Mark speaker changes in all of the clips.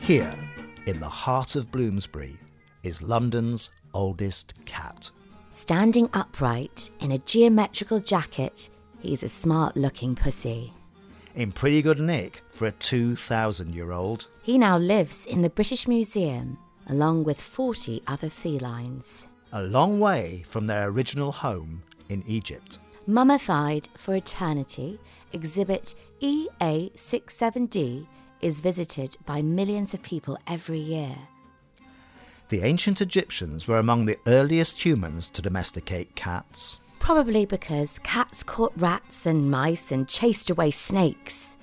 Speaker 1: Here, in the heart of Bloomsbury, is London's oldest cat.
Speaker 2: Standing upright in a geometrical jacket, he's a smart looking pussy.
Speaker 1: In pretty good nick for a 2,000 year old.
Speaker 2: He now lives in the British Museum along with 40 other felines.
Speaker 1: A long way from their original home in Egypt.
Speaker 2: Mummified for Eternity, exhibit E EA67D is visited by millions of people every year.
Speaker 1: The ancient Egyptians were among the earliest humans to domesticate cats.
Speaker 2: Probably because cats caught rats and mice and chased away snakes.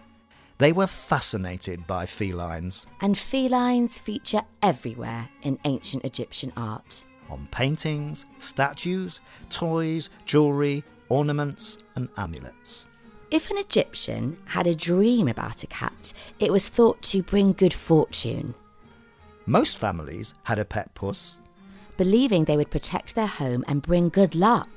Speaker 1: They were fascinated by felines,
Speaker 2: And felines feature everywhere in ancient Egyptian art.
Speaker 1: on paintings, statues, toys, jewellery, ornaments, and amulets.
Speaker 2: If an Egyptian had a dream about a cat, it was thought to bring good fortune,
Speaker 1: Most families had a pet puss.
Speaker 2: believing they would protect their home and bring good luck,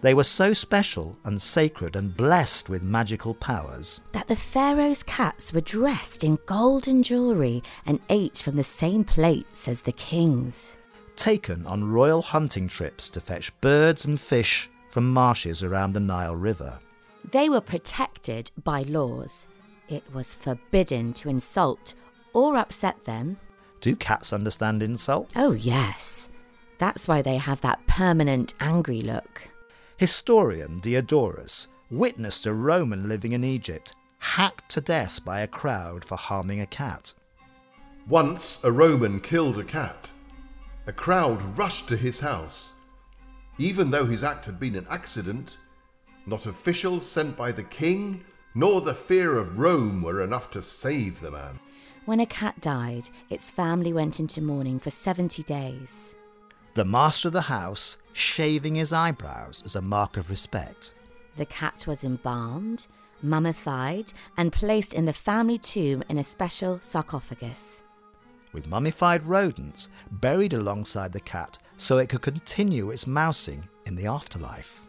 Speaker 1: They were so special and sacred and blessed with magical powers.
Speaker 2: that the pharaoh's cats were dressed in golden jewellery and ate from the same plates as the kings.
Speaker 1: taken on royal hunting trips to fetch birds and fish from marshes around the Nile River.
Speaker 2: They were protected by laws. It was forbidden to insult or upset them.
Speaker 1: Do cats understand insults?
Speaker 2: Oh, yes. That's why they have that permanent angry look.
Speaker 1: Historian Diodorus witnessed a Roman living in Egypt hacked to death by a crowd for harming a cat.
Speaker 3: Once a Roman killed a cat. A crowd rushed to his house. Even though his act had been an accident, not officials sent by the king nor the fear of Rome were enough to save the man.
Speaker 2: When a cat died, its family went into mourning for 70 days.
Speaker 1: The master of the house shaving his eyebrows as a mark of respect.
Speaker 2: The cat was embalmed, mummified, and placed in the family tomb in a special sarcophagus.
Speaker 1: With mummified rodents buried alongside the cat so it could continue its mousing in the afterlife.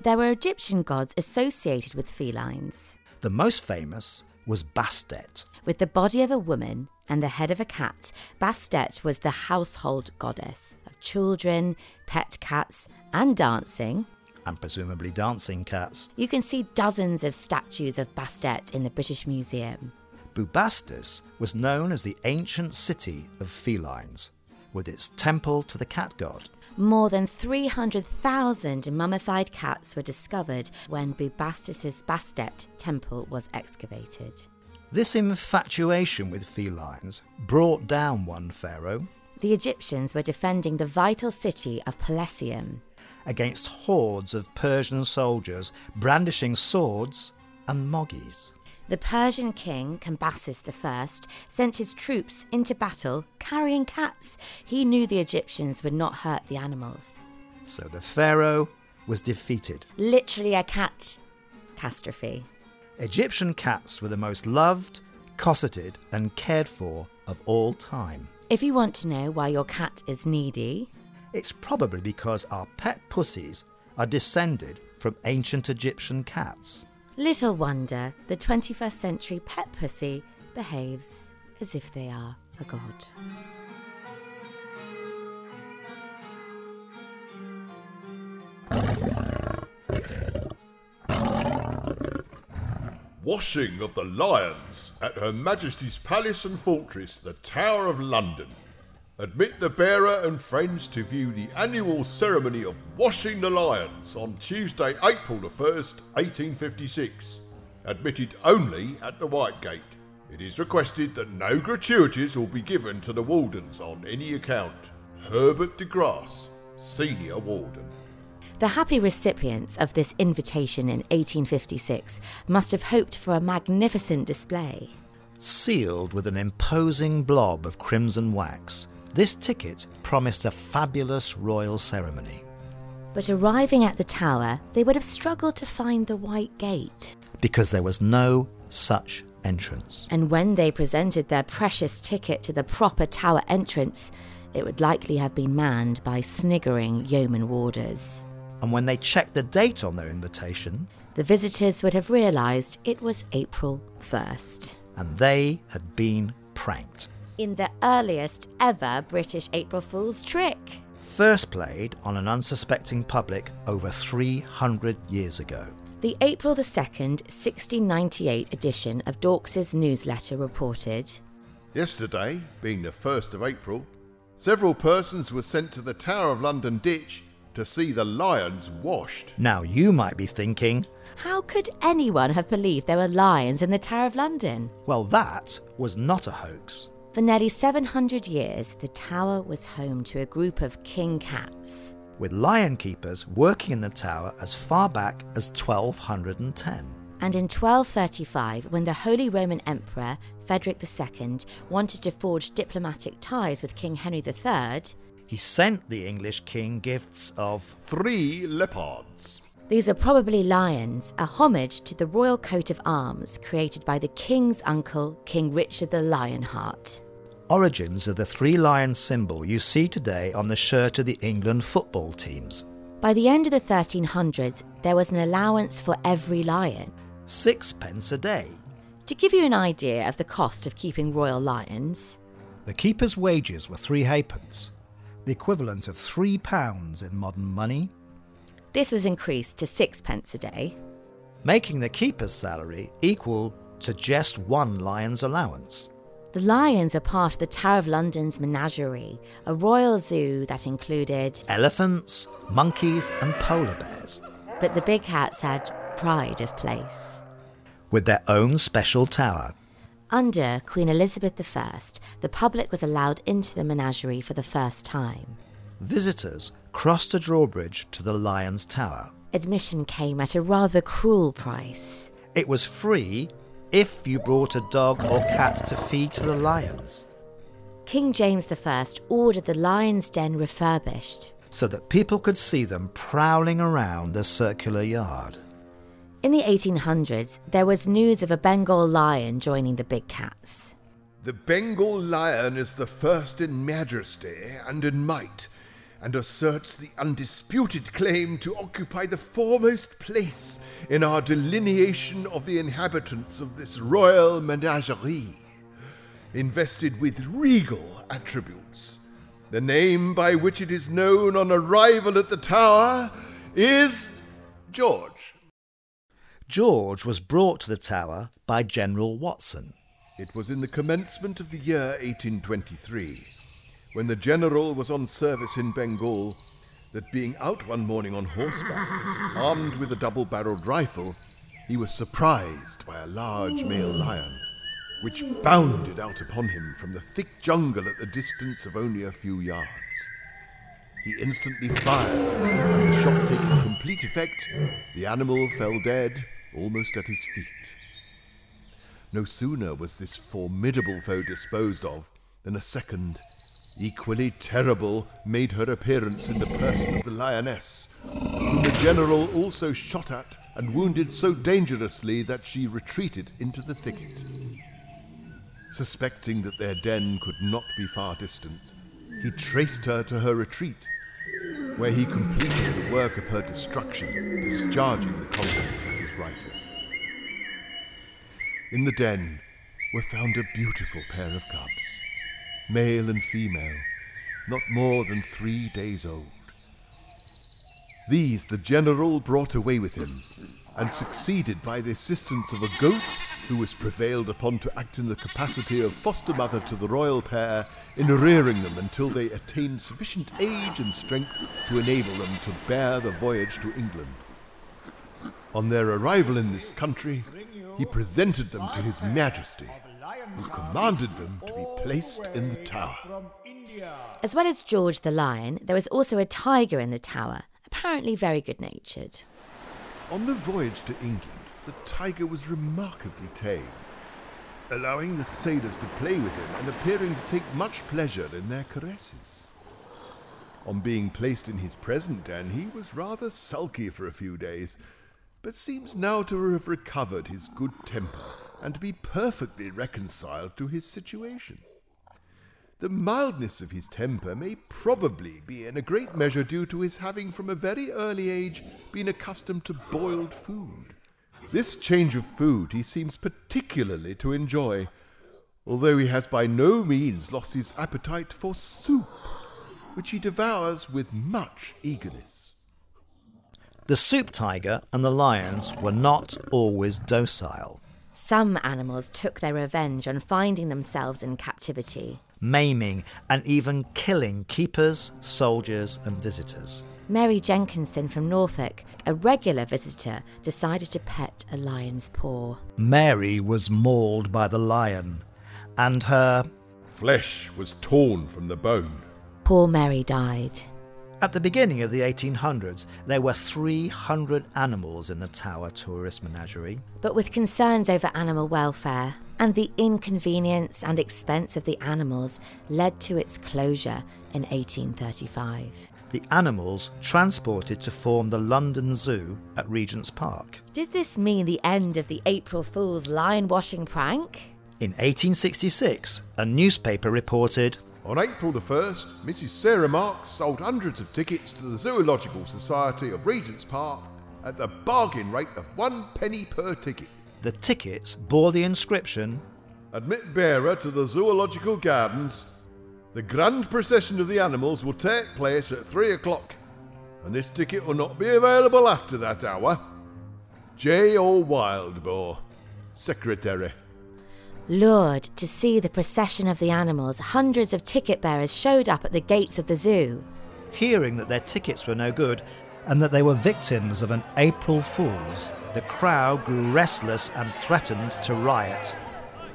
Speaker 2: There were Egyptian gods associated with felines,
Speaker 1: The most famous was Bastet,
Speaker 2: with the body of a woman and the head of a cat. Bastet was the household goddess of children, pet cats, and dancing.
Speaker 1: and presumably dancing cats.
Speaker 2: You can see dozens of statues of Bastet in the British Museum.
Speaker 1: Bubastis was known as the ancient city of felines, with its temple to the cat god.
Speaker 2: More than 300,000 mummified cats were discovered when Bubastis' Bastet temple was excavated.
Speaker 1: This infatuation with felines brought down one pharaoh
Speaker 2: The Egyptians were defending the vital city of Pelusium.
Speaker 1: against hordes of Persian soldiers brandishing swords and moggies.
Speaker 2: The Persian king, Cambyses I, sent his troops into battle carrying cats. He knew the Egyptians would not hurt the animals.
Speaker 1: So the pharaoh was defeated.
Speaker 2: Literally a cat catastrophe.
Speaker 1: Egyptian cats were the most loved, cosseted, and cared for of all time.
Speaker 2: If you want to know why your cat is needy,
Speaker 1: It's probably because our pet pussies are descended from ancient Egyptian cats.
Speaker 2: Little wonder the 21st century pet pussy behaves as if they are a god.
Speaker 3: Washing of the lions at Her Majesty's Palace and Fortress, the Tower of London. Admit the bearer and friends to view the annual ceremony of washing the lions on Tuesday, April the 1st, 1856. Admitted only at the Whitegate. It is requested that no gratuities will be given to the wardens on any account. Herbert de Grasse, Senior Warden.
Speaker 2: The happy recipients of this invitation in 1856 must have hoped for a magnificent display.
Speaker 1: Sealed with an imposing blob of crimson wax, this ticket promised a fabulous royal ceremony
Speaker 2: But arriving at the tower, they would have struggled to find the White Gate.
Speaker 1: because there was no such entrance.
Speaker 2: And when they presented their precious ticket to the proper tower entrance, it would likely have been manned by sniggering yeoman warders.
Speaker 1: And when they checked the date on their invitation,
Speaker 2: The visitors would have realised it was April 1st.
Speaker 1: and they had been pranked.
Speaker 2: in the earliest ever British April Fool's trick.
Speaker 1: First played on an unsuspecting public over 300 years ago.
Speaker 2: The April the 2nd, 1698 edition of Dorks's newsletter reported
Speaker 3: Yesterday, being the 1st of April, several persons were sent to the Tower of London ditch to see the lions washed.
Speaker 1: Now you might be thinking,
Speaker 2: How could anyone have believed there were lions in the Tower of London?
Speaker 1: well, that was not a hoax.
Speaker 2: For nearly 700 years, the tower was home to a group of king cats.
Speaker 1: with lion keepers working in the tower as far back as 1210.
Speaker 2: And in 1235, when the Holy Roman Emperor Frederick II wanted to forge diplomatic ties with King Henry III,
Speaker 1: He sent the English king gifts of
Speaker 3: Three leopards.
Speaker 2: these are probably lions, a homage to the royal coat of arms created by the king's uncle, King Richard the Lionheart.
Speaker 1: origins of the three lion symbol you see today on the shirt of the England football teams.
Speaker 2: By the end of the 1300s, there was an allowance for every lion.
Speaker 1: Sixpence a day.
Speaker 2: To give you an idea of the cost of keeping royal lions,
Speaker 1: The keeper's wages were three halfpence, the equivalent of three pounds in modern money,
Speaker 2: this was increased to sixpence a day.
Speaker 1: making the keeper's salary equal to just one lion's allowance.
Speaker 2: The lions were part of the Tower of London's menagerie, a royal zoo that included.
Speaker 1: Elephants, monkeys, and polar bears.
Speaker 2: But the big cats had pride of place.
Speaker 1: with their own special tower.
Speaker 2: Under Queen Elizabeth I, the public was allowed into the menagerie for the first time.
Speaker 1: Visitors crossed a drawbridge to the Lion's Tower.
Speaker 2: Admission came at a rather cruel price.
Speaker 1: It was free if you brought a dog or cat to feed to the lions,
Speaker 2: King James I ordered the lion's den refurbished.
Speaker 1: so that people could see them prowling around the circular yard.
Speaker 2: In the 1800s, there was news of a Bengal lion joining the big cats.
Speaker 3: The Bengal lion is the first in majesty and in might, and asserts the undisputed claim to occupy the foremost place in our delineation of the inhabitants of this royal menagerie. Invested with regal attributes, the name by which it is known on arrival at the tower is George.
Speaker 1: George was brought to the tower by General Watson.
Speaker 3: It was in the commencement of the year 1823, when the general was on service in Bengal, that being out one morning on horseback, armed with a double barreled rifle, he was surprised by a large male lion, which bounded out upon him from the thick jungle at the distance of only a few yards. He instantly fired, and the shot taking complete effect, the animal fell dead almost at his feet. No sooner was this formidable foe disposed of than a second, equally terrible, made her appearance in the person of the lioness, whom the general also shot at and wounded so dangerously that she retreated into the thicket. Suspecting that their den could not be far distant, he traced her to her retreat, where he completed the work of her destruction, discharging the contents of his rifle. In the den were found a beautiful pair of cubs, male and female, not more than three days old. These the general brought away with him, and succeeded by the assistance of a goat who was prevailed upon to act in the capacity of foster mother to the royal pair in rearing them until they attained sufficient age and strength to enable them to bear the voyage to England. On their arrival in this country, he presented them to His Majesty, who commanded them to be placed in the tower.
Speaker 2: As well as George the lion, there was also a tiger in the tower, apparently very good natured.
Speaker 3: On the voyage to England, the tiger was remarkably tame, allowing the sailors to play with him and appearing to take much pleasure in their caresses. On being placed in his present den, he was rather sulky for a few days, but seems now to have recovered his good temper and to be perfectly reconciled to his situation. The mildness of his temper may probably be in a great measure due to his having from a very early age been accustomed to boiled food. This change of food he seems particularly to enjoy, although he has by no means lost his appetite for soup, which he devours with much eagerness.
Speaker 1: The soup tiger and the lions were not always docile.
Speaker 2: Some animals took their revenge on finding themselves in captivity.
Speaker 1: maiming, and even killing keepers, soldiers, and visitors.
Speaker 2: Mary Jenkinson from Norfolk, a regular visitor, decided to pet a lion's paw.
Speaker 1: Mary was mauled by the lion, and her.
Speaker 3: Flesh was torn from the bone.
Speaker 2: Poor Mary died.
Speaker 1: At the beginning of the 1800s, there were 300 animals in the Tower Tourist Menagerie.
Speaker 2: But with concerns over animal welfare and the inconvenience and expense of the animals led to its closure in 1835.
Speaker 1: The animals transported to form the London Zoo at Regent's Park.
Speaker 2: Did this mean the end of the April Fool's lion washing prank?
Speaker 1: In 1866, a newspaper reported
Speaker 3: On April the 1st, Mrs. Sarah Marks sold hundreds of tickets to the Zoological Society of Regent's Park at the bargain rate of one penny per ticket.
Speaker 1: the tickets bore the inscription
Speaker 3: Admit bearer to the Zoological Gardens. The grand procession of the animals will take place at three o'clock, and this ticket will not be available after that hour. J. O. Wildboar, Secretary.
Speaker 2: Lured to see the procession of the animals, hundreds of ticket bearers showed up at the gates of the zoo.
Speaker 1: Hearing that their tickets were no good and that they were victims of an April Fool's, the crowd grew restless and threatened to riot.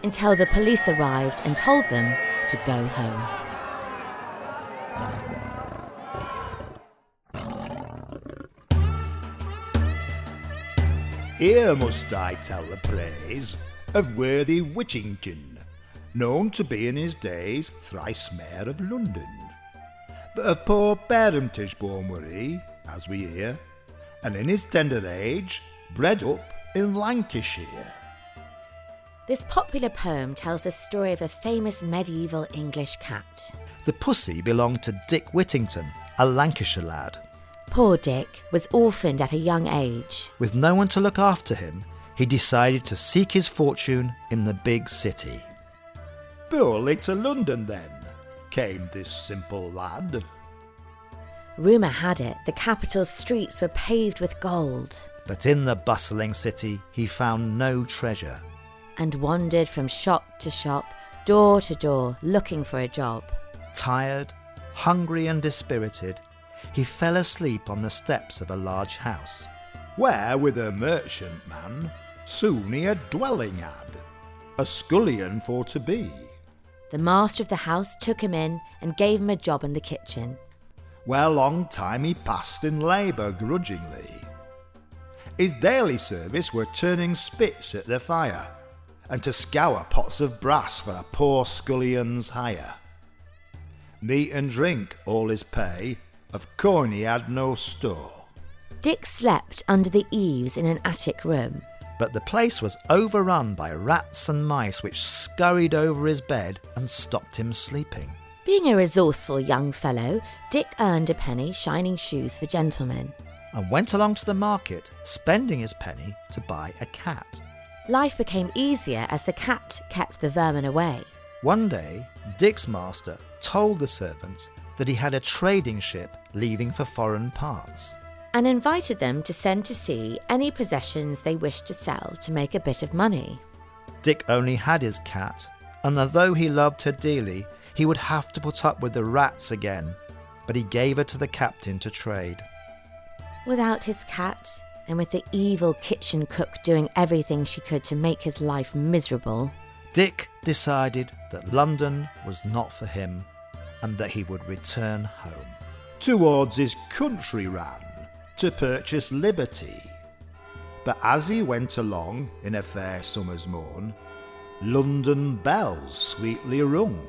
Speaker 2: until the police arrived and told them to go home.
Speaker 4: Here must I tell the praise of worthy Whittington, known to be in his days thrice mayor of London. But of poor parentage born were he, as we hear, and in his tender age bred up in Lancashire.
Speaker 2: This popular poem tells the story of a famous medieval English cat.
Speaker 1: The pussy belonged to Dick Whittington, a Lancashire lad.
Speaker 2: Poor Dick was orphaned at a young age.
Speaker 1: With no one to look after him, he decided to seek his fortune in the big city.
Speaker 4: Poorly to London then came this simple lad.
Speaker 2: Rumour had it the capital's streets were paved with gold
Speaker 1: But in the bustling city, he found no treasure.
Speaker 2: and wandered from shop to shop, door to door, looking for a job.
Speaker 1: Tired, hungry, and dispirited, he fell asleep on the steps of a large house.
Speaker 4: where with a merchant man soon he a dwelling had, a scullion for to be,
Speaker 2: The master of the house took him in and gave him a job in the kitchen.
Speaker 4: where long time he passed in labour grudgingly. His daily service were turning spits at the fire, and to scour pots of brass for a poor scullion's hire. Meat and drink all his pay, of coin he had no store.
Speaker 2: Dick slept under the eaves in an attic room.
Speaker 1: But the place was overrun by rats and mice, which scurried over his bed and stopped him sleeping.
Speaker 2: Being a resourceful young fellow, Dick earned a penny shining shoes for gentlemen.
Speaker 1: And went along to the market, spending his penny to buy a cat.
Speaker 2: Life became easier as the cat kept the vermin away.
Speaker 1: One day, Dick's master told the servants that he had a trading ship leaving for foreign parts.
Speaker 2: And invited them to send to sea any possessions they wished to sell to make a bit of money.
Speaker 1: Dick only had his cat, and although he loved her dearly, he would have to put up with the rats again. But he gave her to the captain to trade.
Speaker 2: Without his cat, and with the evil kitchen cook doing everything she could to make his life miserable,
Speaker 1: Dick decided that London was not for him and that he would return home.
Speaker 4: towards his country ran to purchase liberty. But as he went along in a fair summer's morn, London bells sweetly rung.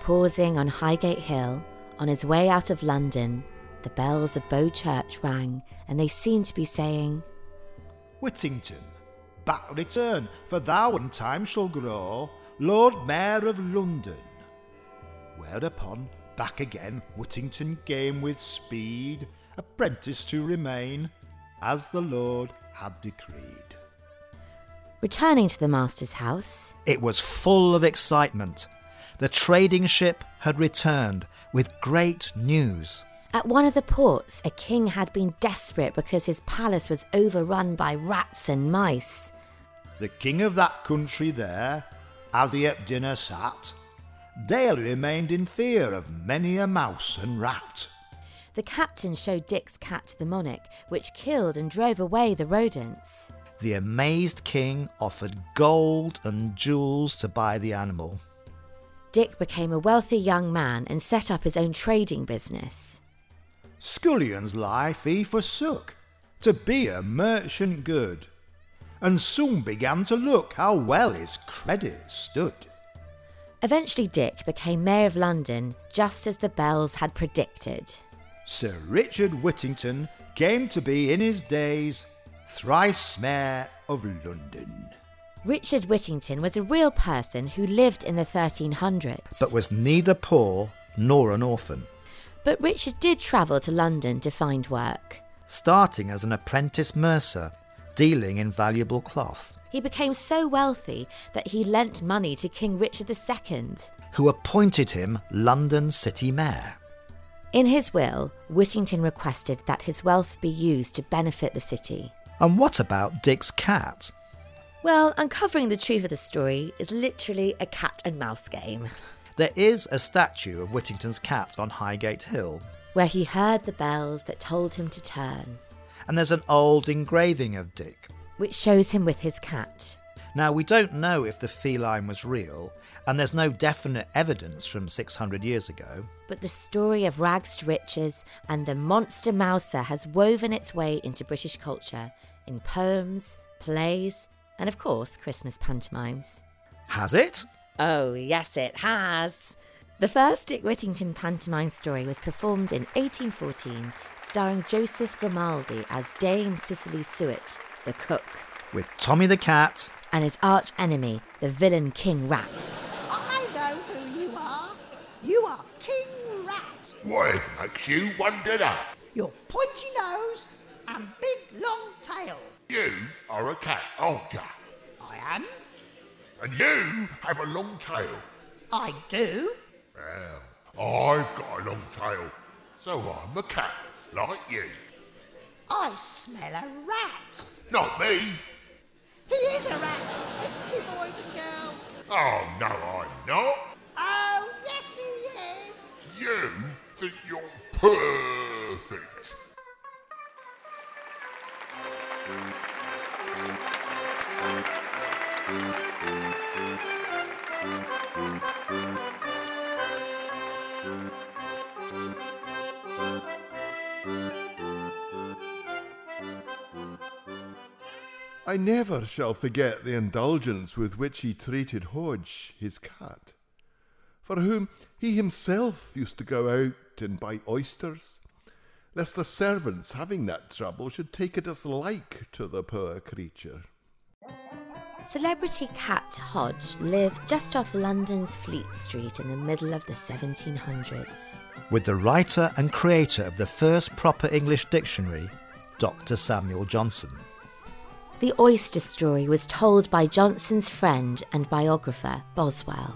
Speaker 2: pausing on Highgate Hill, on his way out of London, the bells of Bow Church rang and they seemed to be saying,
Speaker 4: Whittington, back return, for thou in time shall grow Lord Mayor of London. Whereupon back again Whittington came with speed, apprentice to remain, as the Lord had decreed.
Speaker 2: Returning to the master's house,
Speaker 1: It was full of excitement. The trading ship had returned with great news.
Speaker 2: at one of the ports, a king had been desperate because his palace was overrun by rats and mice.
Speaker 4: The king of that country there, as he at dinner sat, daily remained in fear of many a mouse and rat.
Speaker 2: The captain showed Dick's cat to the monarch, which killed and drove away the rodents.
Speaker 1: The amazed king offered gold and jewels to buy the animal.
Speaker 2: Dick became a wealthy young man and set up his own trading business.
Speaker 4: Scullion's life he forsook to be a merchant good, and soon began to look how well his credit stood.
Speaker 2: Eventually, Dick became Mayor of London, just as the bells had predicted.
Speaker 4: Sir Richard Whittington came to be in his days thrice mayor of London.
Speaker 2: Richard Whittington was a real person who lived in the 1300s.
Speaker 1: but was neither poor nor an orphan,
Speaker 2: But Richard did travel to London to find work.
Speaker 1: starting as an apprentice mercer, dealing in valuable cloth,
Speaker 2: He became so wealthy that he lent money to King Richard II.
Speaker 1: who appointed him London City Mayor.
Speaker 2: In his will, Whittington requested that his wealth be used to benefit the city.
Speaker 1: And what about Dick's cat?
Speaker 2: Well, uncovering the truth of the story is literally a cat and mouse game,
Speaker 1: There is a statue of Whittington's cat on Highgate Hill,
Speaker 2: where he heard the bells that told him to turn,
Speaker 1: and there's an old engraving of Dick.
Speaker 2: which shows him with his cat.
Speaker 1: Now, we don't know if the feline was real, and there's no definite evidence from 600 years ago.
Speaker 2: But the story of rags to riches and the monster mouser has woven its way into British culture in poems, plays, and of course, Christmas pantomimes.
Speaker 1: Has it?
Speaker 2: Oh, yes, it has. The first Dick Whittington pantomime story was performed in 1814, starring Joseph Grimaldi as Dame Cicely Suet, the cook,
Speaker 1: With Tommy the cat,
Speaker 2: and his arch enemy, the villain King Rat.
Speaker 5: I know who you are. You are King Rat.
Speaker 6: What makes you wonder that?
Speaker 5: Your pointy nose and big long tail.
Speaker 6: You are a cat, aren't ya?
Speaker 5: I am.
Speaker 6: And you have a long tail.
Speaker 5: I do.
Speaker 6: Well, I've got a long tail, so I'm a cat, like you.
Speaker 5: I smell a rat.
Speaker 6: Not me.
Speaker 5: He is a rat, isn't he, boys and girls?
Speaker 6: Oh, no, I'm not.
Speaker 5: Oh, yes, he is.
Speaker 6: You think you're perfect.
Speaker 7: I never shall forget the indulgence with which he treated Hodge, his cat, for whom he himself used to go out and buy oysters, lest the servants, having that trouble, should take a dislike to the poor creature.
Speaker 2: Celebrity cat Hodge lived just off London's Fleet Street in the middle of the 1700s.
Speaker 1: with the writer and creator of the first proper English dictionary, Dr. Samuel Johnson.
Speaker 2: The oyster story was told by Johnson's friend and biographer, Boswell.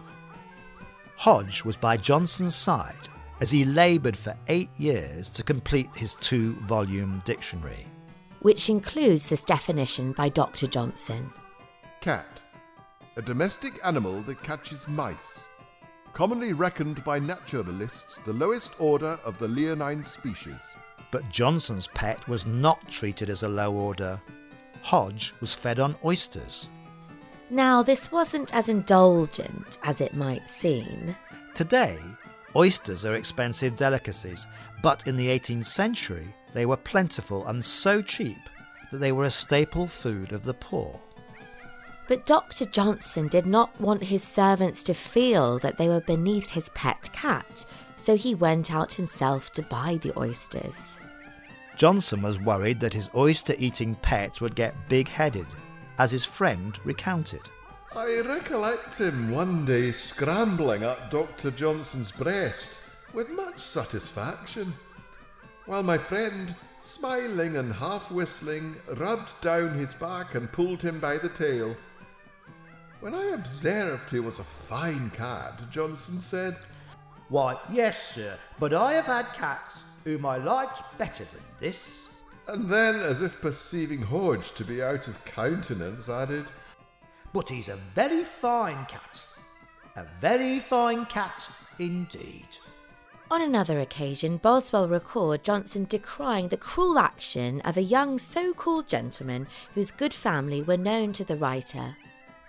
Speaker 1: Hodge was by Johnson's side as he laboured for eight years to complete his two volume dictionary.
Speaker 2: which includes this definition by Dr. Johnson.
Speaker 7: Cat. A domestic animal that catches mice. Commonly reckoned by naturalists the lowest order of the leonine species.
Speaker 1: But Johnson's pet was not treated as a low order. Hodge was fed on oysters.
Speaker 2: Now, this wasn't as indulgent as it might seem.
Speaker 1: Today, oysters are expensive delicacies, but in the 18th century, they were plentiful and so cheap that they were a staple food of the poor.
Speaker 2: But Dr. Johnson did not want his servants to feel that they were beneath his pet cat, so he went out himself to buy the oysters.
Speaker 1: Johnson was worried that his oyster eating pet would get big headed, as his friend recounted.
Speaker 7: I recollect him one day scrambling up Dr. Johnson's breast with much satisfaction, while my friend, smiling and half whistling, rubbed down his back and pulled him by the tail, When I observed he was a fine cat, Johnson said,
Speaker 4: Why, yes, sir, but I have had cats whom I liked better than this.
Speaker 7: and then, as if perceiving Hodge to be out of countenance, added,
Speaker 4: But he's a very fine cat. A very fine cat indeed.
Speaker 2: On another occasion, Boswell recalled Johnson decrying the cruel action of a young so called gentleman whose good family were known to the writer.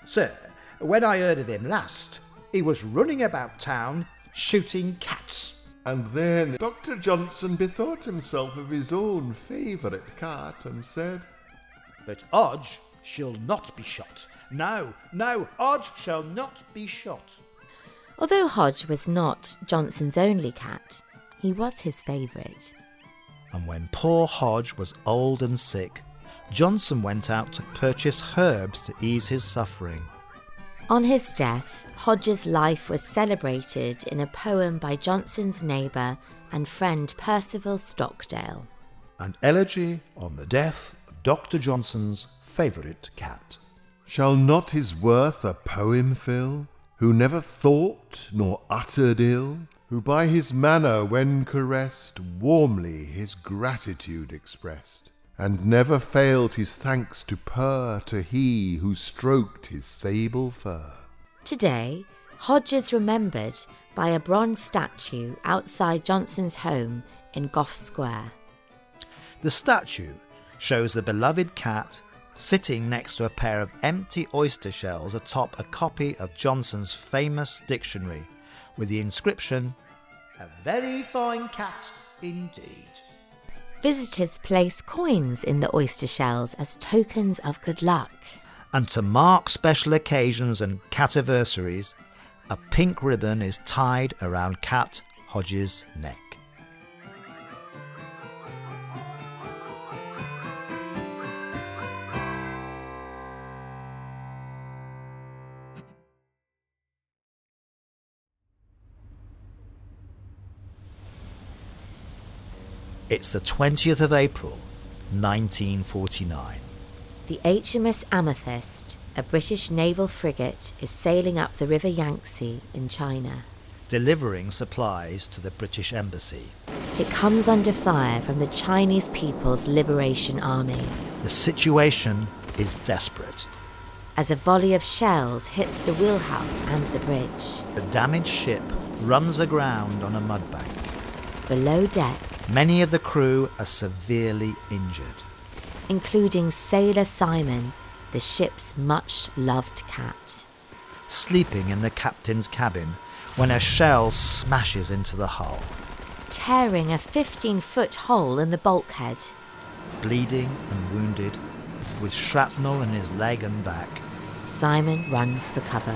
Speaker 4: Sir, when I heard of him last, he was running about town shooting cats.
Speaker 7: And then Dr. Johnson bethought himself of his own favourite cat and said,
Speaker 4: But Odge shall not be shot. No, no, Odge shall not be shot.
Speaker 2: Although Hodge was not Johnson's only cat, he was his favourite.
Speaker 1: And when poor Hodge was old and sick, Johnson went out to purchase herbs to ease his suffering.
Speaker 2: On his death, Hodge's life was celebrated in a poem by Johnson's neighbour and friend Percival Stockdale.
Speaker 1: An elegy on the death of Dr. Johnson's favourite cat.
Speaker 7: Shall not his worth a poem fill? Who never thought nor uttered ill? Who by his manner, when caressed, warmly his gratitude expressed, and never failed his thanks to purr to he who stroked his sable fur?
Speaker 2: Today, Hodge is remembered by a bronze statue outside Johnson's home in Gough Square.
Speaker 1: The statue shows the beloved cat sitting next to a pair of empty oyster shells atop a copy of Johnson's famous dictionary with the inscription
Speaker 4: A very fine cat indeed.
Speaker 2: Visitors place coins in the oyster shells as tokens of good luck.
Speaker 1: and to mark special occasions and cativersaries, a pink ribbon is tied around Cat Hodges' neck. It's the 20th of April, 1949.
Speaker 2: The HMS Amethyst, a British naval frigate, is sailing up the River Yangtze in China.
Speaker 1: delivering supplies to the British Embassy.
Speaker 2: It comes under fire from the Chinese People's Liberation Army
Speaker 1: The situation is desperate.
Speaker 2: as a volley of shells hits the wheelhouse and the bridge.
Speaker 1: The damaged ship runs aground on a mudbank.
Speaker 2: Below deck,
Speaker 1: Many of the crew are severely injured.
Speaker 2: including Sailor Simon, the ship's much loved cat.
Speaker 1: Sleeping in the captain's cabin when a shell smashes into the hull,
Speaker 2: Tearing a 15 foot hole in the bulkhead,
Speaker 1: bleeding and wounded, with shrapnel in his leg and back.
Speaker 2: Simon runs for cover.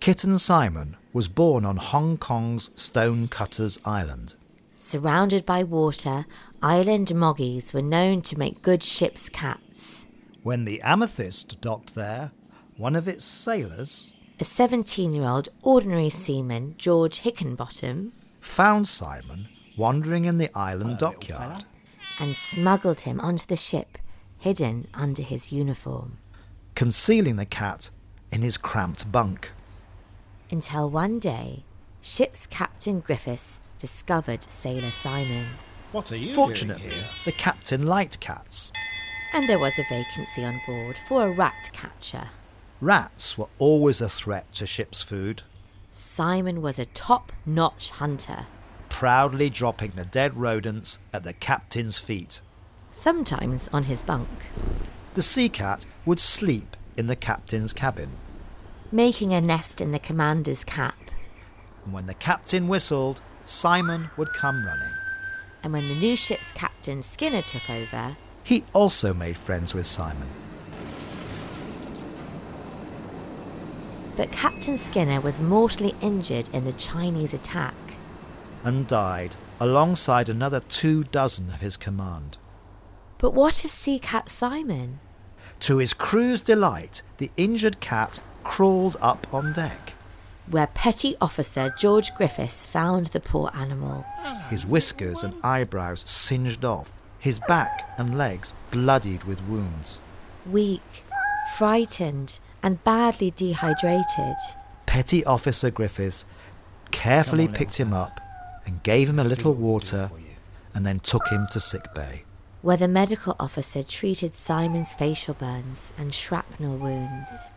Speaker 1: Kitten Simon was born on Hong Kong's Stonecutters Island.
Speaker 2: Surrounded by water, island moggies were known to make good ship's cats.
Speaker 1: When the Amethyst docked there, one of its sailors,
Speaker 2: A 17 year old ordinary seaman, George Hickenbottom,
Speaker 1: found Simon wandering in the island dockyard.
Speaker 2: and smuggled him onto the ship, hidden under his uniform.
Speaker 1: concealing the cat in his cramped bunk.
Speaker 2: Until one day, ship's captain Griffiths discovered Sailor Simon.
Speaker 1: Fortunately, the captain liked cats.
Speaker 2: and there was a vacancy on board for a rat catcher.
Speaker 1: Rats were always a threat to ship's food,
Speaker 2: Simon was a top notch hunter,
Speaker 1: proudly dropping the dead rodents at the captain's feet.
Speaker 2: sometimes on his bunk,
Speaker 1: The sea cat would sleep in the captain's cabin,
Speaker 2: making a nest in the commander's cap.
Speaker 1: and when the captain whistled, Simon would come running.
Speaker 2: And when the new ship's captain Skinner took over,
Speaker 1: He also made friends with Simon.
Speaker 2: but Captain Skinner was mortally injured in the Chinese attack.
Speaker 1: and died alongside another two dozen of his command.
Speaker 2: But what of Sea Cat Simon?
Speaker 1: To his crew's delight, the injured cat crawled up on deck.
Speaker 2: Where Petty Officer George Griffiths found the poor animal.
Speaker 1: his whiskers and eyebrows singed off, his back and legs bloodied with wounds.
Speaker 2: Weak, frightened, and badly dehydrated.
Speaker 1: Petty Officer Griffiths carefully picked him up and gave him a little water and then took him to sick bay.
Speaker 2: where the medical officer treated Simon's facial burns and shrapnel wounds.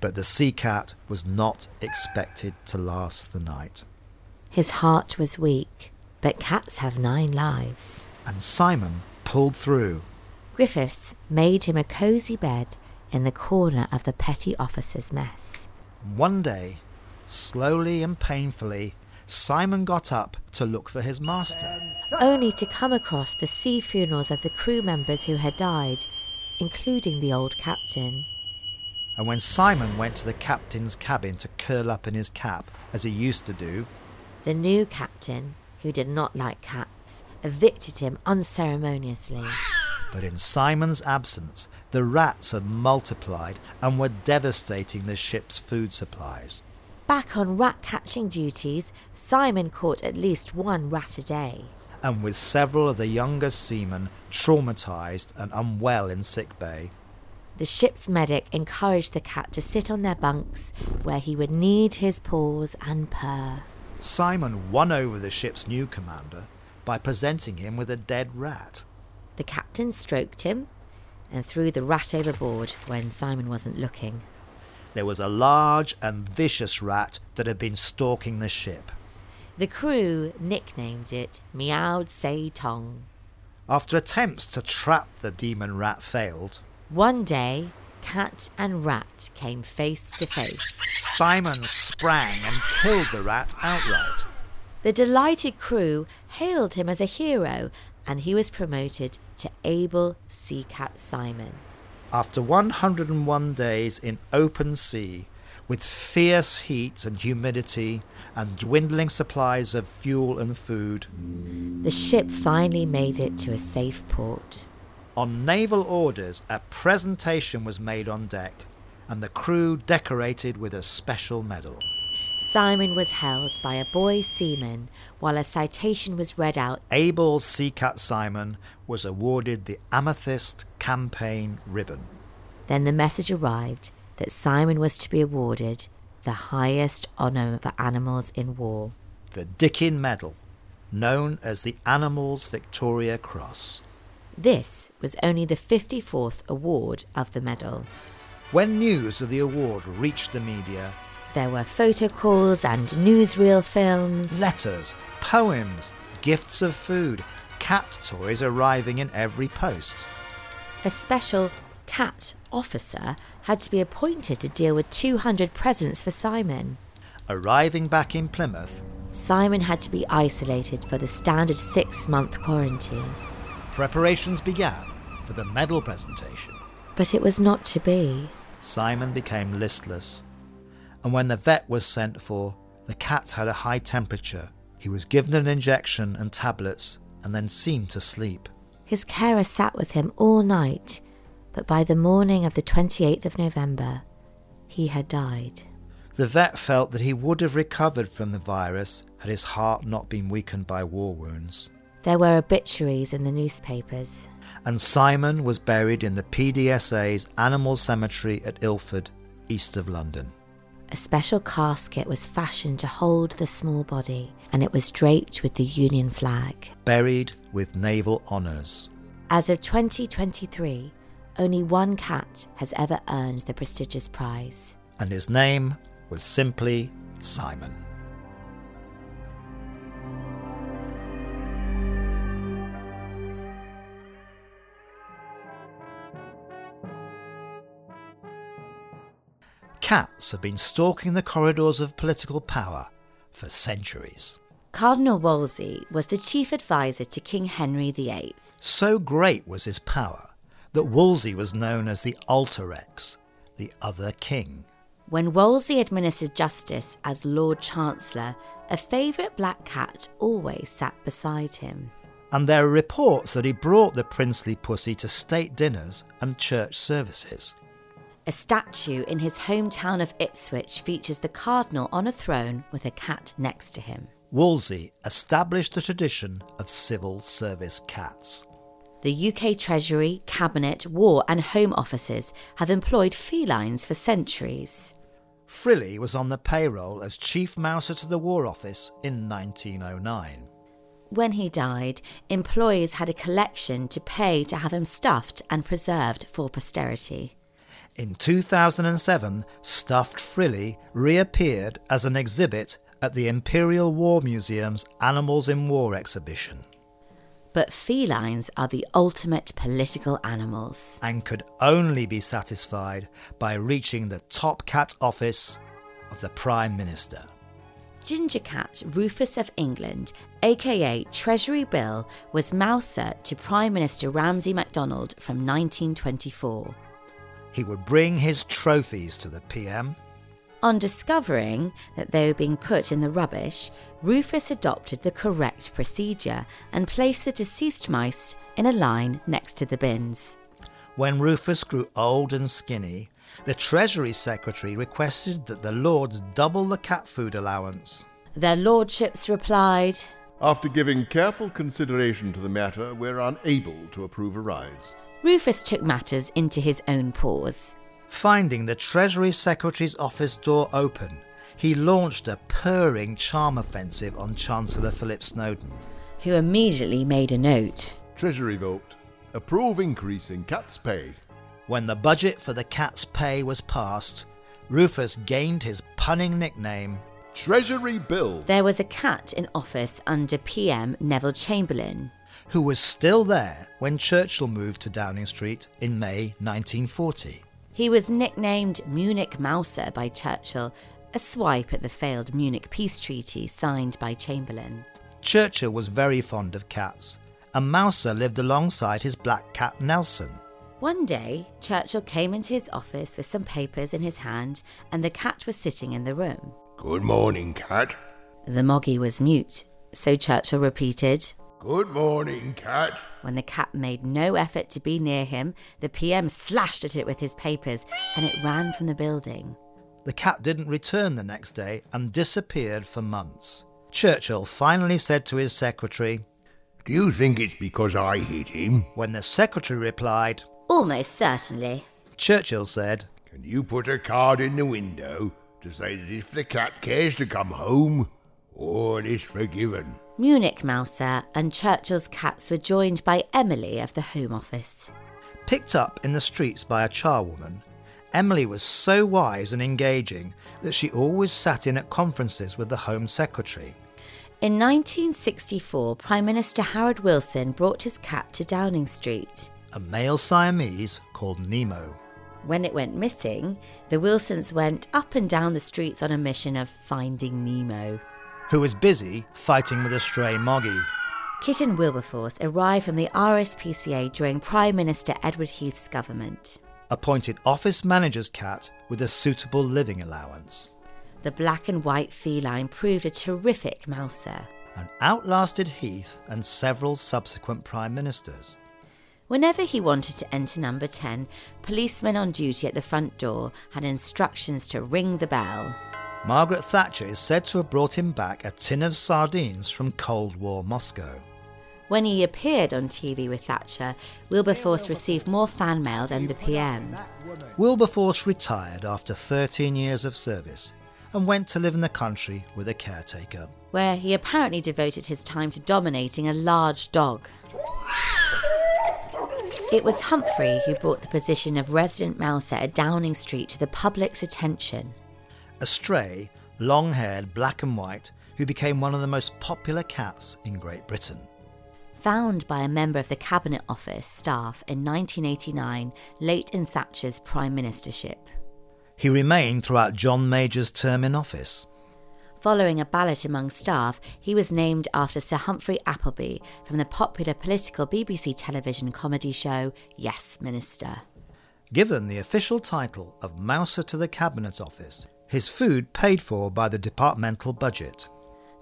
Speaker 1: But the sea cat was not expected to last the night,
Speaker 2: His heart was weak, but cats have nine lives.
Speaker 1: and Simon pulled through.
Speaker 2: Griffiths made him a cosy bed in the corner of the petty officer's mess.
Speaker 1: One day, slowly and painfully, Simon got up to look for his master.
Speaker 2: only to come across the sea funerals of the crew members who had died, including the old captain.
Speaker 1: And when Simon went to the captain's cabin to curl up in his cap, as he used to do,
Speaker 2: The new captain, who did not like cats, evicted him unceremoniously.
Speaker 1: but in Simon's absence, the rats had multiplied and were devastating the ship's food supplies.
Speaker 2: Back on rat catching duties, Simon caught at least one rat a day.
Speaker 1: And with several of the younger seamen traumatized and unwell in sick bay,
Speaker 2: The ship's medic encouraged the cat to sit on their bunks where he would knead his paws and purr.
Speaker 1: Simon won over the ship's new commander by presenting him with a dead rat.
Speaker 2: The captain stroked him and threw the rat overboard when Simon wasn't looking.
Speaker 1: There was a large and vicious rat that had been stalking the ship.
Speaker 2: The crew nicknamed it Meowed Say Tong.
Speaker 1: After attempts to trap the demon rat failed,
Speaker 2: One day, cat and rat came face to face.
Speaker 1: Simon sprang and killed the rat outright.
Speaker 2: The delighted crew hailed him as a hero, and he was promoted to Able Sea Cat Simon.
Speaker 1: After 101 days in open sea, with fierce heat and humidity and dwindling supplies of fuel and food,
Speaker 2: The ship finally made it to a safe port.
Speaker 1: on naval orders, a presentation was made on deck and the crew decorated with a special medal.
Speaker 2: Simon was held by a boy seaman while a citation was read out
Speaker 1: Abel Seacat Simon was awarded the Amethyst Campaign Ribbon.
Speaker 2: Then the message arrived that Simon was to be awarded the highest honour for animals in war.
Speaker 1: the Dickin Medal, known as the Animals Victoria Cross.
Speaker 2: This was only the 54th award of the medal.
Speaker 1: When news of the award reached the media,
Speaker 2: There were photo calls and newsreel films.
Speaker 1: letters, poems, gifts of food, cat toys arriving in every post.
Speaker 2: A special cat officer had to be appointed to deal with 200 presents for Simon.
Speaker 1: Arriving back in Plymouth,
Speaker 2: Simon had to be isolated for the standard six month quarantine.
Speaker 1: preparations began for the medal presentation.
Speaker 2: But it was not to be.
Speaker 1: Simon became listless, and when the vet was sent for, the cat had a high temperature. He was given an injection and tablets and then seemed to sleep.
Speaker 2: His carer sat with him all night, but by the morning of the 28th of November, he had died.
Speaker 1: The vet felt that he would have recovered from the virus had his heart not been weakened by war wounds.
Speaker 2: There were obituaries in the newspapers.
Speaker 1: And Simon was buried in the PDSA's Animal Cemetery at Ilford, east of London.
Speaker 2: A special casket was fashioned to hold the small body, and it was draped with the Union flag.
Speaker 1: Buried with naval honours.
Speaker 2: As of 2023, only one cat has ever earned the prestigious prize.
Speaker 1: And his name was simply Simon. Cats have been stalking the corridors of political power for centuries.
Speaker 2: Cardinal Wolsey was the chief advisor to King Henry VIII.
Speaker 1: So great was his power that Wolsey was known as the Alter Ex, the other king.
Speaker 2: When Wolsey administered justice as Lord Chancellor, a favourite black cat always sat beside him.
Speaker 1: And there are reports that he brought the princely pussy to state dinners and church services.
Speaker 2: A statue in his hometown of Ipswich features the cardinal on a throne with a cat next to him.
Speaker 1: Wolsey established the tradition of civil service cats.
Speaker 2: The UK Treasury, Cabinet, War, and Home Offices have employed felines for centuries.
Speaker 1: Frilly was on the payroll as chief mouser to the War Office in 1909.
Speaker 2: When he died, employees had a collection to pay to have him stuffed and preserved for posterity.
Speaker 1: In 2007, Stuffed Frilly reappeared as an exhibit at the Imperial War Museum's Animals in War exhibition
Speaker 2: But felines are the ultimate political animals.
Speaker 1: and could only be satisfied by reaching the top cat office of the Prime Minister.
Speaker 2: Ginger Cat Rufus of England, aka Treasury Bill, was Mouser to Prime Minister Ramsay MacDonald from 1924.
Speaker 1: He would bring his trophies to the PM.
Speaker 2: On discovering that they were being put in the rubbish, Rufus adopted the correct procedure and placed the deceased mice in a line next to the bins.
Speaker 1: When Rufus grew old and skinny, the Treasury Secretary requested that the Lords double the cat food allowance.
Speaker 2: Their lordships replied,
Speaker 3: After giving careful consideration to the matter, we're unable to approve a rise.
Speaker 2: Rufus took matters into his own paws.
Speaker 1: Finding the Treasury Secretary's office door open, he launched a purring charm offensive on Chancellor Philip Snowden.
Speaker 2: who immediately made a note.
Speaker 3: Treasury vote. Approve increase in cat's pay.
Speaker 1: When the budget for the cat's pay was passed, Rufus gained his punning nickname
Speaker 3: Treasury bill.
Speaker 2: There was a cat in office under PM Neville Chamberlain.
Speaker 1: who was still there when Churchill moved to Downing Street in May 1940.
Speaker 2: He was nicknamed Munich Mouser by Churchill, a swipe at the failed Munich peace treaty signed by Chamberlain.
Speaker 1: Churchill was very fond of cats, and Mouser lived alongside his black cat Nelson.
Speaker 2: One day, Churchill came into his office with some papers in his hand, and the cat was sitting in the room.
Speaker 6: Good morning, cat.
Speaker 2: The moggy was mute, so Churchill repeated.
Speaker 6: Good morning, cat.
Speaker 2: When the cat made no effort to be near him, the PM slashed at it with his papers, and it ran from the building.
Speaker 1: The cat didn't return the next day and disappeared for months. Churchill finally said to his secretary,
Speaker 6: Do you think it's because I hit him?
Speaker 1: when the secretary replied,
Speaker 2: Almost certainly.
Speaker 1: Churchill said,
Speaker 6: Can you put a card in the window to say that if the cat cares to come home, all is forgiven?
Speaker 2: Munich Mouser and Churchill's cats were joined by Emily of the Home Office.
Speaker 1: Picked up in the streets by a charwoman, Emily was so wise and engaging that she always sat in at conferences with the Home Secretary.
Speaker 2: In 1964, Prime Minister Harold Wilson brought his cat to Downing Street.
Speaker 1: a male Siamese called Nemo.
Speaker 2: When it went missing, the Wilsons went up and down the streets on a mission of finding Nemo.
Speaker 1: Who was busy fighting with a stray moggy.
Speaker 2: Kitten Wilberforce arrived from the RSPCA during Prime Minister Edward Heath's government.
Speaker 1: Appointed office manager's cat with a suitable living allowance.
Speaker 2: The black and white feline proved a terrific mouser.
Speaker 1: And outlasted Heath and several subsequent prime ministers.
Speaker 2: Whenever he wanted to enter number 10, policemen on duty at the front door had instructions to ring the bell.
Speaker 1: Margaret Thatcher is said to have brought him back a tin of sardines from Cold War Moscow.
Speaker 2: When he appeared on TV with Thatcher, Wilberforce received more fan mail than the PM.
Speaker 1: Wilberforce retired after 13 years of service and went to live in the country with a caretaker.
Speaker 2: where he apparently devoted his time to dominating a large dog. It was Humphrey who brought the position of resident mouser at Downing Street to the public's attention.
Speaker 1: A stray, long haired black and white who became one of the most popular cats in Great Britain.
Speaker 2: Found by a member of the Cabinet Office staff in 1989, late in Thatcher's prime ministership.
Speaker 1: He remained throughout John Major's term in office.
Speaker 2: Following a ballot among staff, he was named after Sir Humphrey Appleby from the popular political BBC television comedy show Yes, Minister.
Speaker 1: Given the official title of Mouser to the Cabinet Office, his food paid for by the departmental budget.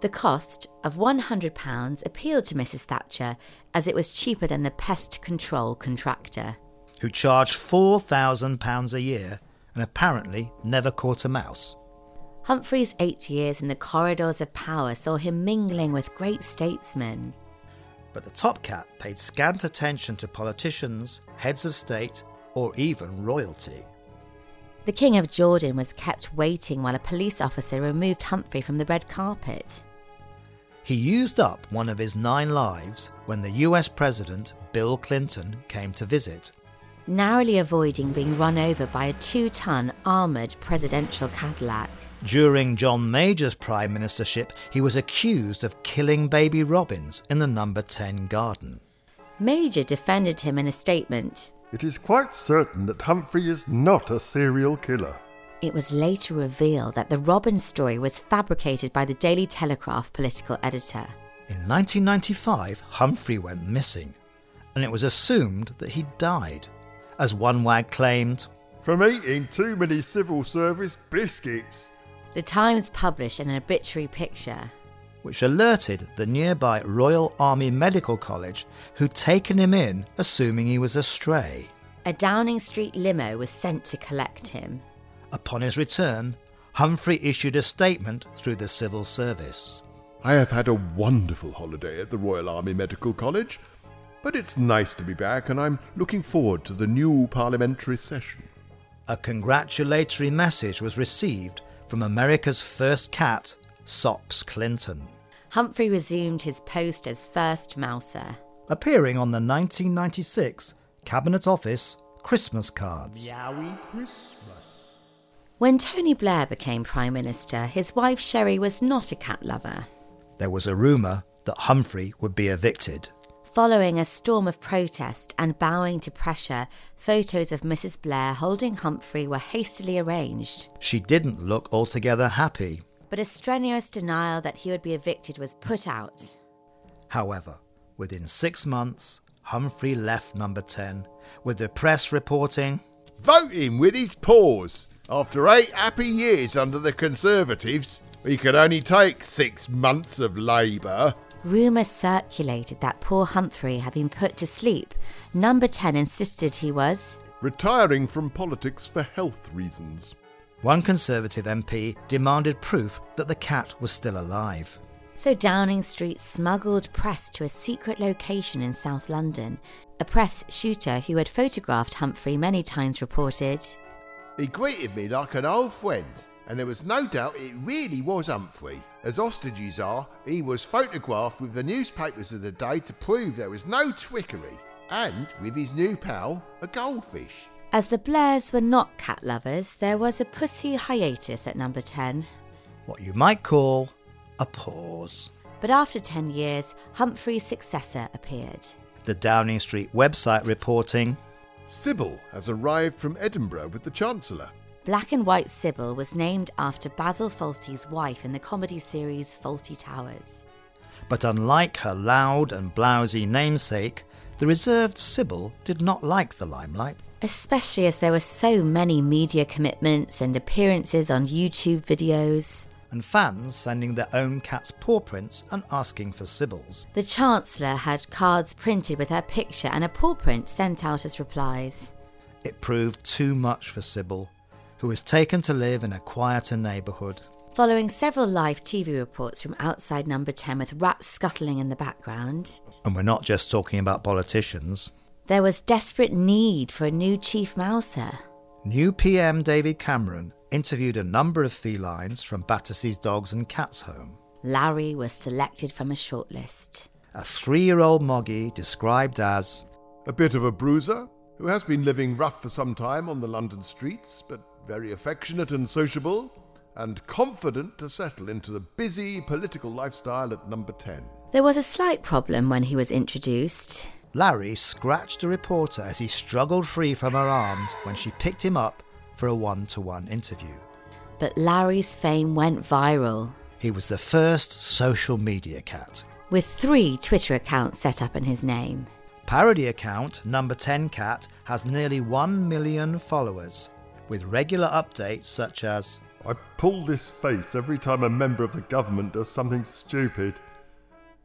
Speaker 2: The cost of £100 appealed to Mrs. Thatcher as it was cheaper than the pest control contractor.
Speaker 1: who charged £4,000 a year and apparently never caught a mouse.
Speaker 2: Humphrey's eight years in the corridors of power saw him mingling with great statesmen.
Speaker 1: But the top cat paid scant attention to politicians, heads of state, or even royalty.
Speaker 2: The King of Jordan was kept waiting while a police officer removed Humphrey from the red carpet.
Speaker 1: He used up one of his nine lives when the US President Bill Clinton came to visit.
Speaker 2: Narrowly avoiding being run over by a two ton armoured presidential Cadillac.
Speaker 1: During John Major's prime ministership, he was accused of killing baby robins in the number 10 garden.
Speaker 2: Major defended him in a statement.
Speaker 8: It is quite certain that Humphrey is not a serial killer.
Speaker 2: It was later revealed that the Robin story was fabricated by the Daily Telegraph political editor.
Speaker 1: In 1995, Humphrey went missing, and it was assumed that he died. As one wag claimed,
Speaker 7: From eating too many civil service biscuits.
Speaker 2: The Times published an obituary picture.
Speaker 1: which alerted the nearby Royal Army Medical College, who'd taken him in assuming he was a stray.
Speaker 2: A Downing Street limo was sent to collect him.
Speaker 1: Upon his return, Humphrey issued a statement through the civil service.
Speaker 7: I have had a wonderful holiday at the Royal Army Medical College, but it's nice to be back and I'm looking forward to the new parliamentary session.
Speaker 1: A congratulatory message was received from America's first cat, Sox Clinton,
Speaker 2: Humphrey resumed his post as first mouser.
Speaker 1: appearing on the 1996 Cabinet Office Christmas cards.
Speaker 2: When Tony Blair became Prime Minister, his wife Sherry was not a cat lover.
Speaker 1: There was a rumour that Humphrey would be evicted.
Speaker 2: Following a storm of protest and bowing to pressure, photos of Mrs. Blair holding Humphrey were hastily arranged.
Speaker 1: She didn't look altogether happy.
Speaker 2: But a strenuous denial that he would be evicted was put out.
Speaker 1: However, within six months, Humphrey left number 10, with the press reporting
Speaker 3: Vote him with his paws. After eight happy years under the Conservatives, he could only take six months of Labour.
Speaker 2: Rumours circulated that poor Humphrey had been put to sleep. Number 10 insisted he was
Speaker 7: Retiring from politics for health reasons.
Speaker 1: one Conservative MP demanded proof that the cat was still alive.
Speaker 2: So Downing Street smuggled press to a secret location in South London. A press shooter who had photographed Humphrey many times reported,
Speaker 3: He greeted me like an old friend, and there was no doubt it really was Humphrey. As hostages are, he was photographed with the newspapers of the day to prove there was no trickery, and with his new pal, a goldfish.
Speaker 2: as the Blairs were not cat lovers, there was a pussy hiatus at number 10.
Speaker 1: What you might call a pause.
Speaker 2: But after 10 years, Humphrey's successor appeared.
Speaker 1: The Downing Street website reporting
Speaker 7: Sybil has arrived from Edinburgh with the Chancellor.
Speaker 2: Black and White Sybil was named after Basil Fawlty's wife in the comedy series Fawlty Towers.
Speaker 1: But unlike her loud and blousy namesake, the reserved Sybil did not like the limelight.
Speaker 2: Especially as there were so many media commitments and appearances on YouTube videos.
Speaker 1: and fans sending their own cat's paw prints and asking for Sybil's.
Speaker 2: The Chancellor had cards printed with her picture and a paw print sent out as replies.
Speaker 1: It proved too much for Sybil, who was taken to live in a quieter neighbourhood.
Speaker 2: Following several live TV reports from outside number 10 with rats scuttling in the background,
Speaker 1: And we're not just talking about politicians.
Speaker 2: there was desperate need for a new chief mouser.
Speaker 1: New PM David Cameron interviewed a number of felines from Battersea's Dogs and Cats Home.
Speaker 2: Larry was selected from a shortlist.
Speaker 1: A three year old Moggy described as
Speaker 7: A bit of a bruiser, who has been living rough for some time on the London streets, but very affectionate and sociable, and confident to settle into the busy political lifestyle at number 10.
Speaker 2: There was a slight problem when he was introduced.
Speaker 1: Larry scratched a reporter as he struggled free from her arms when she picked him up for a one to one interview.
Speaker 2: But Larry's fame went viral,
Speaker 1: He was the first social media cat.
Speaker 2: with three Twitter accounts set up in his name.
Speaker 1: Parody account Number 10 Cat has nearly 1 million followers, with regular updates such as
Speaker 8: I pull this face every time a member of the government does something stupid.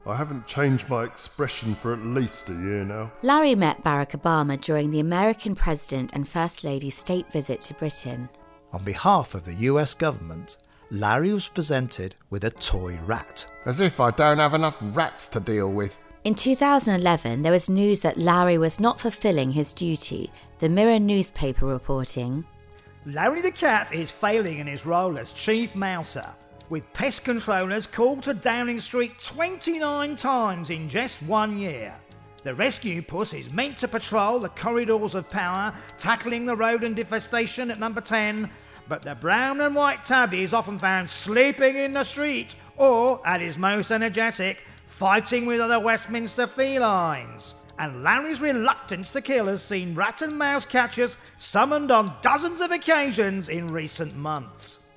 Speaker 8: I haven't changed my expression for at least a year now.
Speaker 2: Larry met Barack Obama during the American President and First Lady's state visit to Britain.
Speaker 1: On behalf of the US government, Larry was presented with a toy rat.
Speaker 3: As if I don't have enough rats to deal with.
Speaker 2: In 2011, there was news that Lowry was not fulfilling his duty, the Mirror newspaper reporting.
Speaker 1: Larry the Cat is failing in his role as Chief Mouser, with pest controllers called to Downing Street 29 times in just one year. The rescue puss is meant to patrol the corridors of power, tackling the rodent infestation at number 10, but the brown and white tabby is often found sleeping in the street or, at his most energetic, fighting with other Westminster felines. And Larry's reluctance to kill has seen rat and mouse catchers summoned on dozens of occasions in recent months.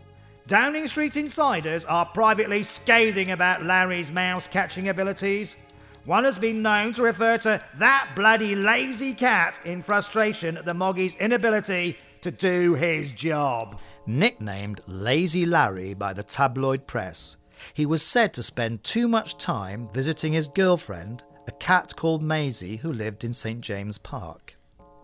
Speaker 1: Downing Street insiders are privately scathing about Larry's mouse catching abilities. One has been known to refer to that bloody lazy cat in frustration at the Moggy's inability to do his job. Nicknamed Lazy Larry by the tabloid press, he was said to spend too much time visiting his girlfriend, a cat called Maisie who lived in St James Park.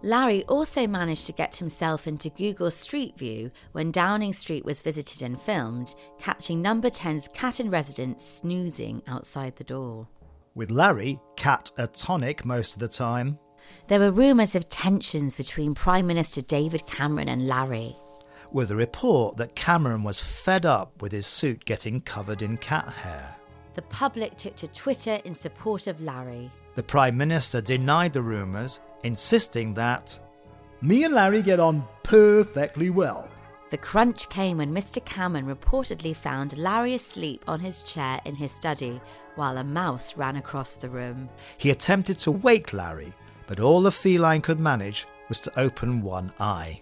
Speaker 2: Larry also managed to get himself into Google Street View when Downing Street was visited and filmed, catching number 10's cat in residence snoozing outside the door.
Speaker 1: With Larry, cat a tonic most of the time.
Speaker 2: There were rumours of tensions between Prime Minister David Cameron and Larry.
Speaker 1: With a report that Cameron was fed up with his suit getting covered in cat hair.
Speaker 2: The public took to Twitter in support of Larry.
Speaker 1: The Prime Minister denied the rumours, insisting that Me and Larry get on perfectly well.
Speaker 2: The crunch came when Mr. Cameron reportedly found Larry asleep on his chair in his study while a mouse ran across the room.
Speaker 1: He attempted to wake Larry, but all the feline could manage was to open one eye.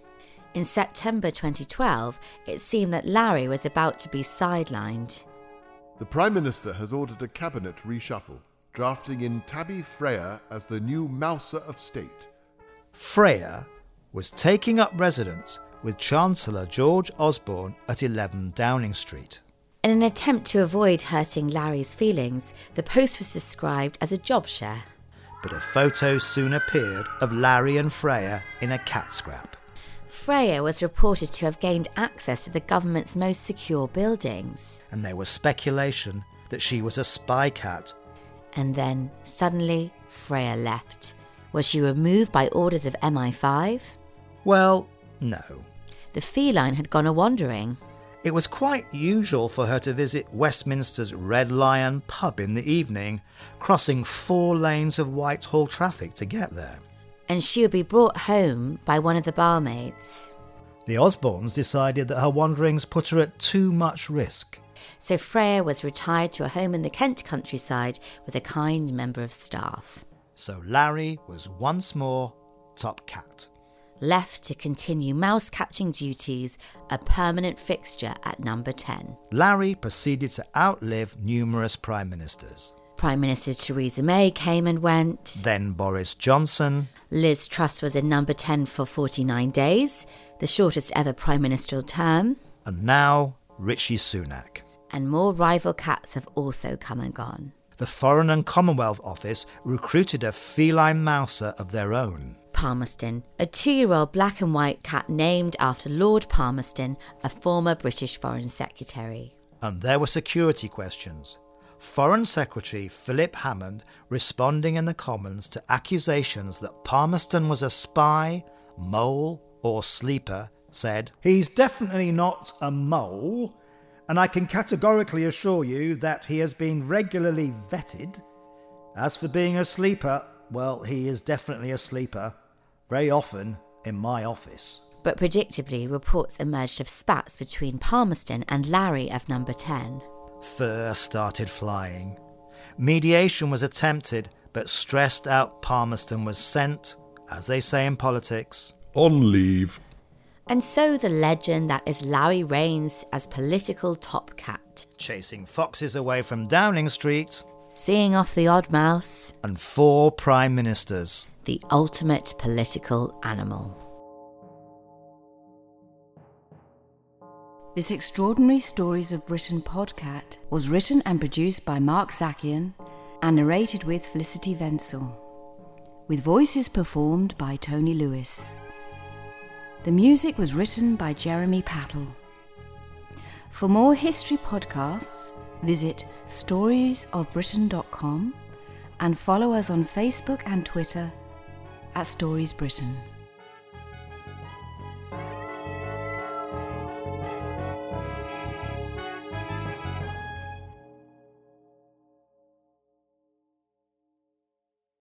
Speaker 2: In September 2012, it seemed that Larry was about to be sidelined.
Speaker 7: The Prime Minister has ordered a cabinet reshuffle, drafting in Tabby Freya as the new Mouser of State.
Speaker 1: Freya was taking up residence with Chancellor George Osborne at 11 Downing Street.
Speaker 2: In an attempt to avoid hurting Larry's feelings, the post was described as a job share.
Speaker 1: But a photo soon appeared of Larry and Freya in a cat scrap.
Speaker 2: Freya was reported to have gained access to the government's most secure buildings.
Speaker 1: and there was speculation that she was a spy cat.
Speaker 2: And then, suddenly, Freya left. Was she removed by orders of MI5?
Speaker 1: Well, no.
Speaker 2: The feline had gone a wandering.
Speaker 1: It was quite usual for her to visit Westminster's Red Lion pub in the evening, crossing four lanes of Whitehall traffic to get there.
Speaker 2: and she would be brought home by one of the barmaids.
Speaker 1: The Osbornes decided that her wanderings put her at too much risk.
Speaker 2: So Freya was retired to a home in the Kent countryside with a kind member of staff,
Speaker 1: So Larry was once more top cat.
Speaker 2: left to continue mouse catching duties, a permanent fixture at number 10.
Speaker 1: Larry proceeded to outlive numerous prime ministers.
Speaker 2: Prime Minister Theresa May came and went.
Speaker 1: Then Boris Johnson,
Speaker 2: Liz Truss was in number 10 for 49 days, the shortest ever prime ministerial term,
Speaker 1: and now Richie Sunak.
Speaker 2: and more rival cats have also come and gone.
Speaker 1: The Foreign and Commonwealth Office recruited a feline mouser of their own.
Speaker 2: Palmerston, a two year old black and white cat named after Lord Palmerston, a former British Foreign Secretary.
Speaker 1: And there were security questions. Foreign Secretary Philip Hammond responding in the Commons to accusations that Palmerston was a spy, mole, or sleeper said, He's definitely not a mole, and I can categorically assure you that he has been regularly vetted. As for being a sleeper, well, he is definitely a sleeper, very often in my office.
Speaker 2: But predictably, reports emerged of spats between Palmerston and Larry of number 10.
Speaker 1: Fur started flying. Mediation was attempted, but stressed out Palmerston was sent, as they say in politics,
Speaker 8: On leave.
Speaker 2: And so the legend that is Larry reigns as political top cat,
Speaker 1: chasing foxes away from Downing Street,
Speaker 2: seeing off the odd mouse,
Speaker 1: and four prime ministers.
Speaker 2: the ultimate political animal.
Speaker 9: This Extraordinary Stories of Britain podcast was written and produced by Mark Zakian and narrated with Felicity Venzel, with voices performed by Tony Lewis. The music was written by Jeremy Pattle. For more history podcasts, visit storiesofbritain.com and follow us on Facebook and Twitter at Stories Britain.